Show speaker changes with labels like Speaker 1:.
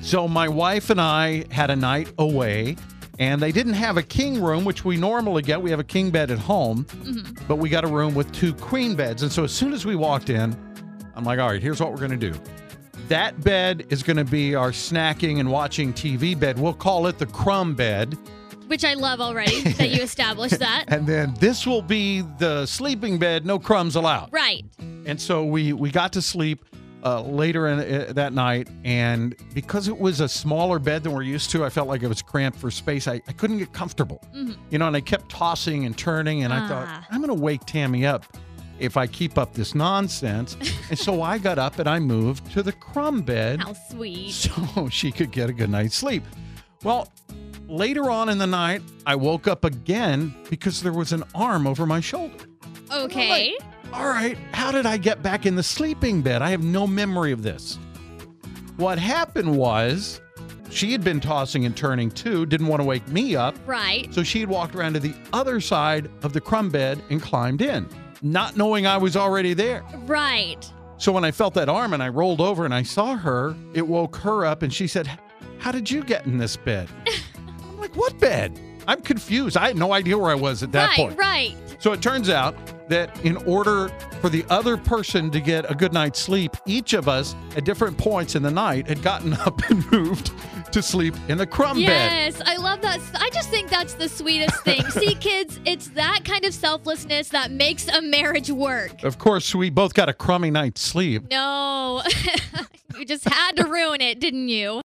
Speaker 1: So my wife and I had a night away, and they didn't have a king room, which we normally get. We have a king bed at home, but we got a room with two queen beds. And so as soon as we walked in, I'm like, all right, here's what we're going to do. That bed is going to be our snacking and watching TV bed. We'll call it the crumb bed.
Speaker 2: Which I love already that you established that.
Speaker 1: And then this will be the sleeping bed, no crumbs allowed.
Speaker 2: Right.
Speaker 1: And so we we got to sleep uh, later in, uh, that night, and because it was a smaller bed than we're used to, I felt like it was cramped for space. I, I couldn't get comfortable, you know, and I kept tossing and turning, and I thought
Speaker 2: Ah.
Speaker 1: I'm going to wake Tammy up if I keep up this nonsense. and so I got up and I moved to the crumb bed
Speaker 2: How sweet.
Speaker 1: so she could get a good night's sleep. Well, later on in the night, I woke up again because there was an arm over my shoulder.
Speaker 2: Okay.
Speaker 1: All right, how did I get back in the sleeping bed? I have no memory of this. What happened was she had been tossing and turning too, didn't want to wake me up.
Speaker 2: Right.
Speaker 1: So she had walked around to the other side of the crumb bed and climbed in, not knowing I was already there.
Speaker 2: Right.
Speaker 1: So when I felt that arm and I rolled over and I saw her, it woke her up and she said, How did you get in this bed? I'm like, What bed? I'm confused. I had no idea where I was at that
Speaker 2: right.
Speaker 1: point.
Speaker 2: Right.
Speaker 1: So it turns out that in order for the other person to get a good night's sleep, each of us at different points in the night had gotten up and moved to sleep in the crumb bed.
Speaker 2: Yes, I love that. I just think that's the sweetest thing. See, kids, it's that kind of selflessness that makes a marriage work.
Speaker 1: Of course, we both got a crummy night's sleep.
Speaker 2: No, you just had to ruin it, didn't you?